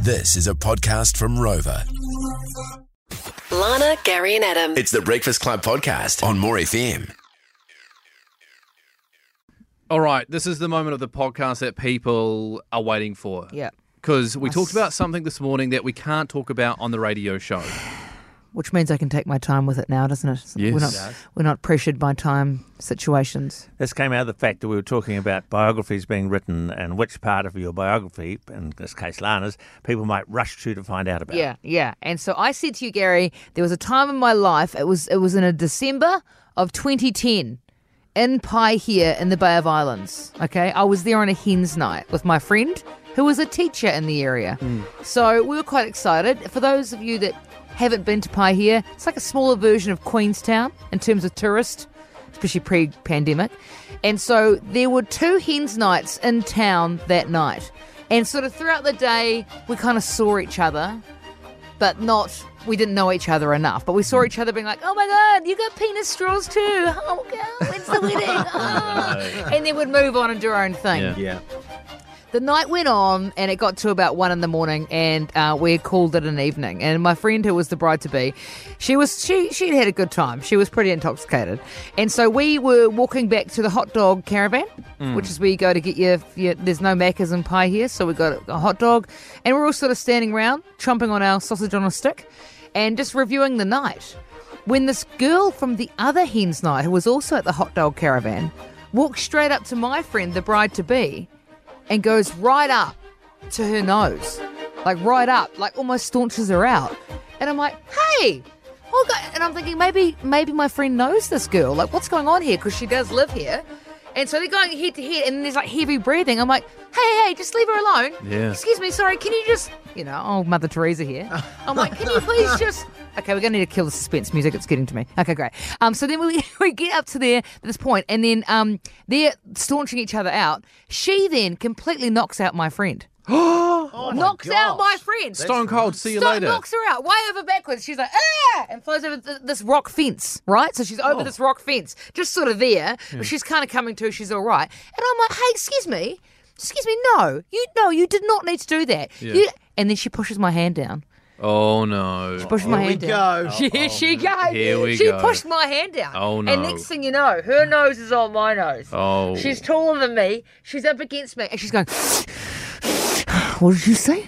This is a podcast from Rover. Lana, Gary, and Adam. It's the Breakfast Club podcast on More FM. All right, this is the moment of the podcast that people are waiting for. Yeah. Because we talked about something this morning that we can't talk about on the radio show. Which means I can take my time with it now, doesn't it? We're Yes. not, Yes. we're not pressured by time situations. This came out of the fact that we were talking about biographies being written and which part of your biography, in this case Lana's, people might rush to to find out about. Yeah, yeah. And so I said to you, Gary, there was a time in my life. It was it was in a December of 2010 in Pai here in the Bay of Islands. Okay, I was there on a hens night with my friend who was a teacher in the area. So we were quite excited. For those of you that haven't been to Pai here, it's like a smaller version of Queenstown in terms of tourist, especially pre-pandemic. And so there were two hens nights in town that night. And sort of throughout the day, we kind of saw each other but not we didn't know each other enough. But we saw each other being like, "Oh my god, you got penis straws too! Oh god, when's the wedding?" Oh. And then we'd move on and do our own thing. Yeah. The night went on, and it got to about one in the morning, and uh, we called it an evening. And my friend, who was the bride to be, she was she she had a good time. She was pretty intoxicated, and so we were walking back to the hot dog caravan, which is where you go to get your, your there's no Macca's and pie here, so we got a hot dog, and we're all sort of standing around chomping on our sausage on a stick, and just reviewing the night. When this girl from the other hen's night, who was also at the hot dog caravan, walked straight up to my friend, the bride to be and goes right up to her nose. Like right up, like almost staunches her out. And I'm like, hey, oh God. and I'm thinking maybe maybe my friend knows this girl. Like what's going on here? Because she does live here. And so they're going head to head and there's like heavy breathing. I'm like, hey, hey, just leave her alone. Yeah. Excuse me, sorry, can you just you know, oh Mother Teresa here. I'm like, can you please just Okay, we're gonna need to kill the suspense music, it's getting to me. Okay, great. Um so then we we get up to there this point and then um they're staunching each other out. She then completely knocks out my friend Oh knocks out my friend. Stone Cold, see you Stone later. knocks her out way over backwards. She's like, ah, and flies over th- this rock fence, right? So she's Oh. over this rock fence, just sort of there. But she's kind of coming to. She's all right. And I'm like, hey, excuse me, excuse me, no, you no, you did not need to do that. You, and then she pushes my hand down. Oh, no. Pushes my hand down. Here we go. Here she goes. Oh, Here we she go. pushed my hand down. Oh, And no. next thing you know, her nose is on my nose. Oh. She's taller than me. She's up against me, and she's going. What did you say?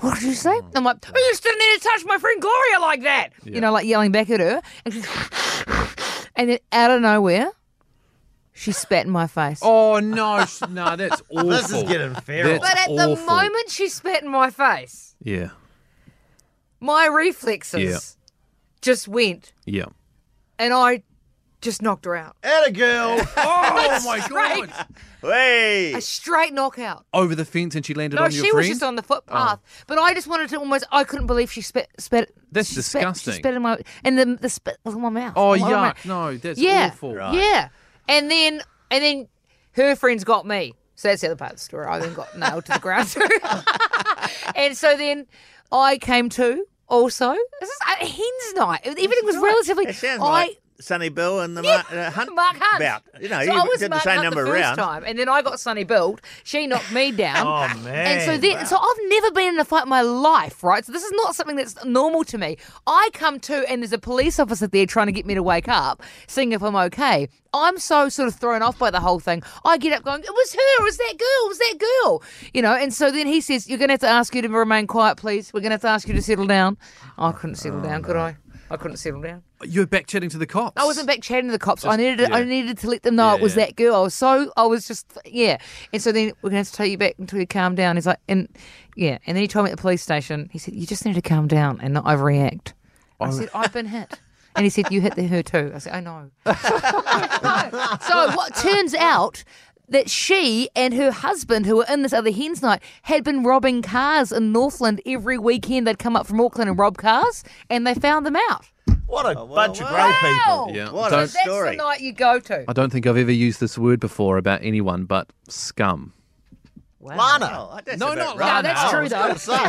What did you say? I'm like, oh, you still need to touch my friend Gloria like that. You know, like yelling back at her. And, she's, and then out of nowhere, she spat in my face. Oh, no. sh- no, that's awful. This is getting feral. That's but at the awful. moment she spat in my face, Yeah. my reflexes Yeah. just went, Yeah. and I just knocked her out. At a girl. Oh, my Straight, God. Hey! a straight knockout. Over the fence and she landed No, on your she friend? was just on the footpath. But I just wanted to almost. I couldn't believe she spit. spit That's she spit- disgusting. she spit in my and the the spit was on my mouth. Oh, On my yuck. mouth. No, that's Yeah, awful. yeah. And then and then her friends got me. So that's the other part of the story. I then got nailed to the ground too. and so then I came to also. This is a hen's night. Everything was relatively. It sounds I, like Sonny Bill and the Mark, uh, Hunt. Mark Hunt. About. You know, so you I was did Mark the same Hunt number the first around. time, and then I got Sunny Build. She knocked me down. Oh, man. And so then, so I've never been in a fight in my life, right? So this is not something that's normal to me. I come to, and there's a police officer there trying to get me to wake up, seeing if I'm okay. I'm so sort of thrown off by the whole thing. I get up going, it was her, it was that girl, it was that girl, you know. And so then he says, "You're going to have to ask you to remain quiet, please. We're going to have to ask you to settle down." I couldn't settle down, Oh, could I? I couldn't settle down. You're back chatting to the cops. I wasn't back chatting to the cops. I needed to, I yeah. needed to let them know Yeah, it was yeah. that girl. I was so I was just yeah. And so then we're gonna have to take you back until you calm down. He's like and yeah. And then he told me at the police station. He said you just need to calm down and not overreact. Oh, I said I've been hit. And he said, "You hit the, her too." I said, "I know." No. So what turns out that she and her husband, who were in this other hens night, had been robbing cars in Northland every weekend. They'd come up from Auckland and rob cars, and they found them out. What a bunch of great people. Yeah. What Don't- a So that's story. the night you go to. I don't think I've ever used this word before about anyone but scum. Lana. Oh, that's No, about not right. No, that's true though. So,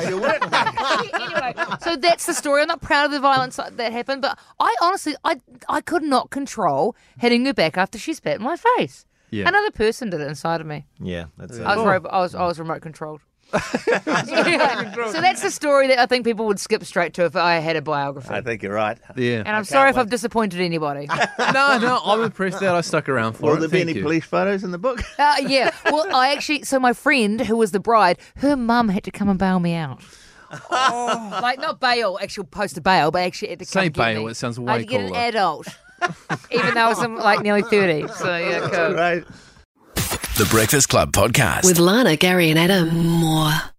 anyway, so that's the story. I'm not proud of the violence that happened, but I honestly, I I could not control hitting her back after she spat in my face. Yeah. Another person did it inside of me. yeah, that's it. I was, ro- I was I was remote controlled. Yeah. So that's the story that I think people would skip straight to if I had a biography. I think you're right. and Yeah. I'm sorry if I've disappointed anybody. uh, no, no, I'm impressed that I stuck around for Will it. there be Thank any you. police photos in the book? Uh, yeah. Well, I actually, so my friend who was the bride, her mum had to come and bail me out. Like, not bail, actual post a bail, but actually had to come Say and get bail, me. it sounds I way had to get an cooler. adult, even though I was um, like nearly 30. So, yeah, cool. right. The Breakfast Club Podcast. With Lana, Gary, and Adam Moore.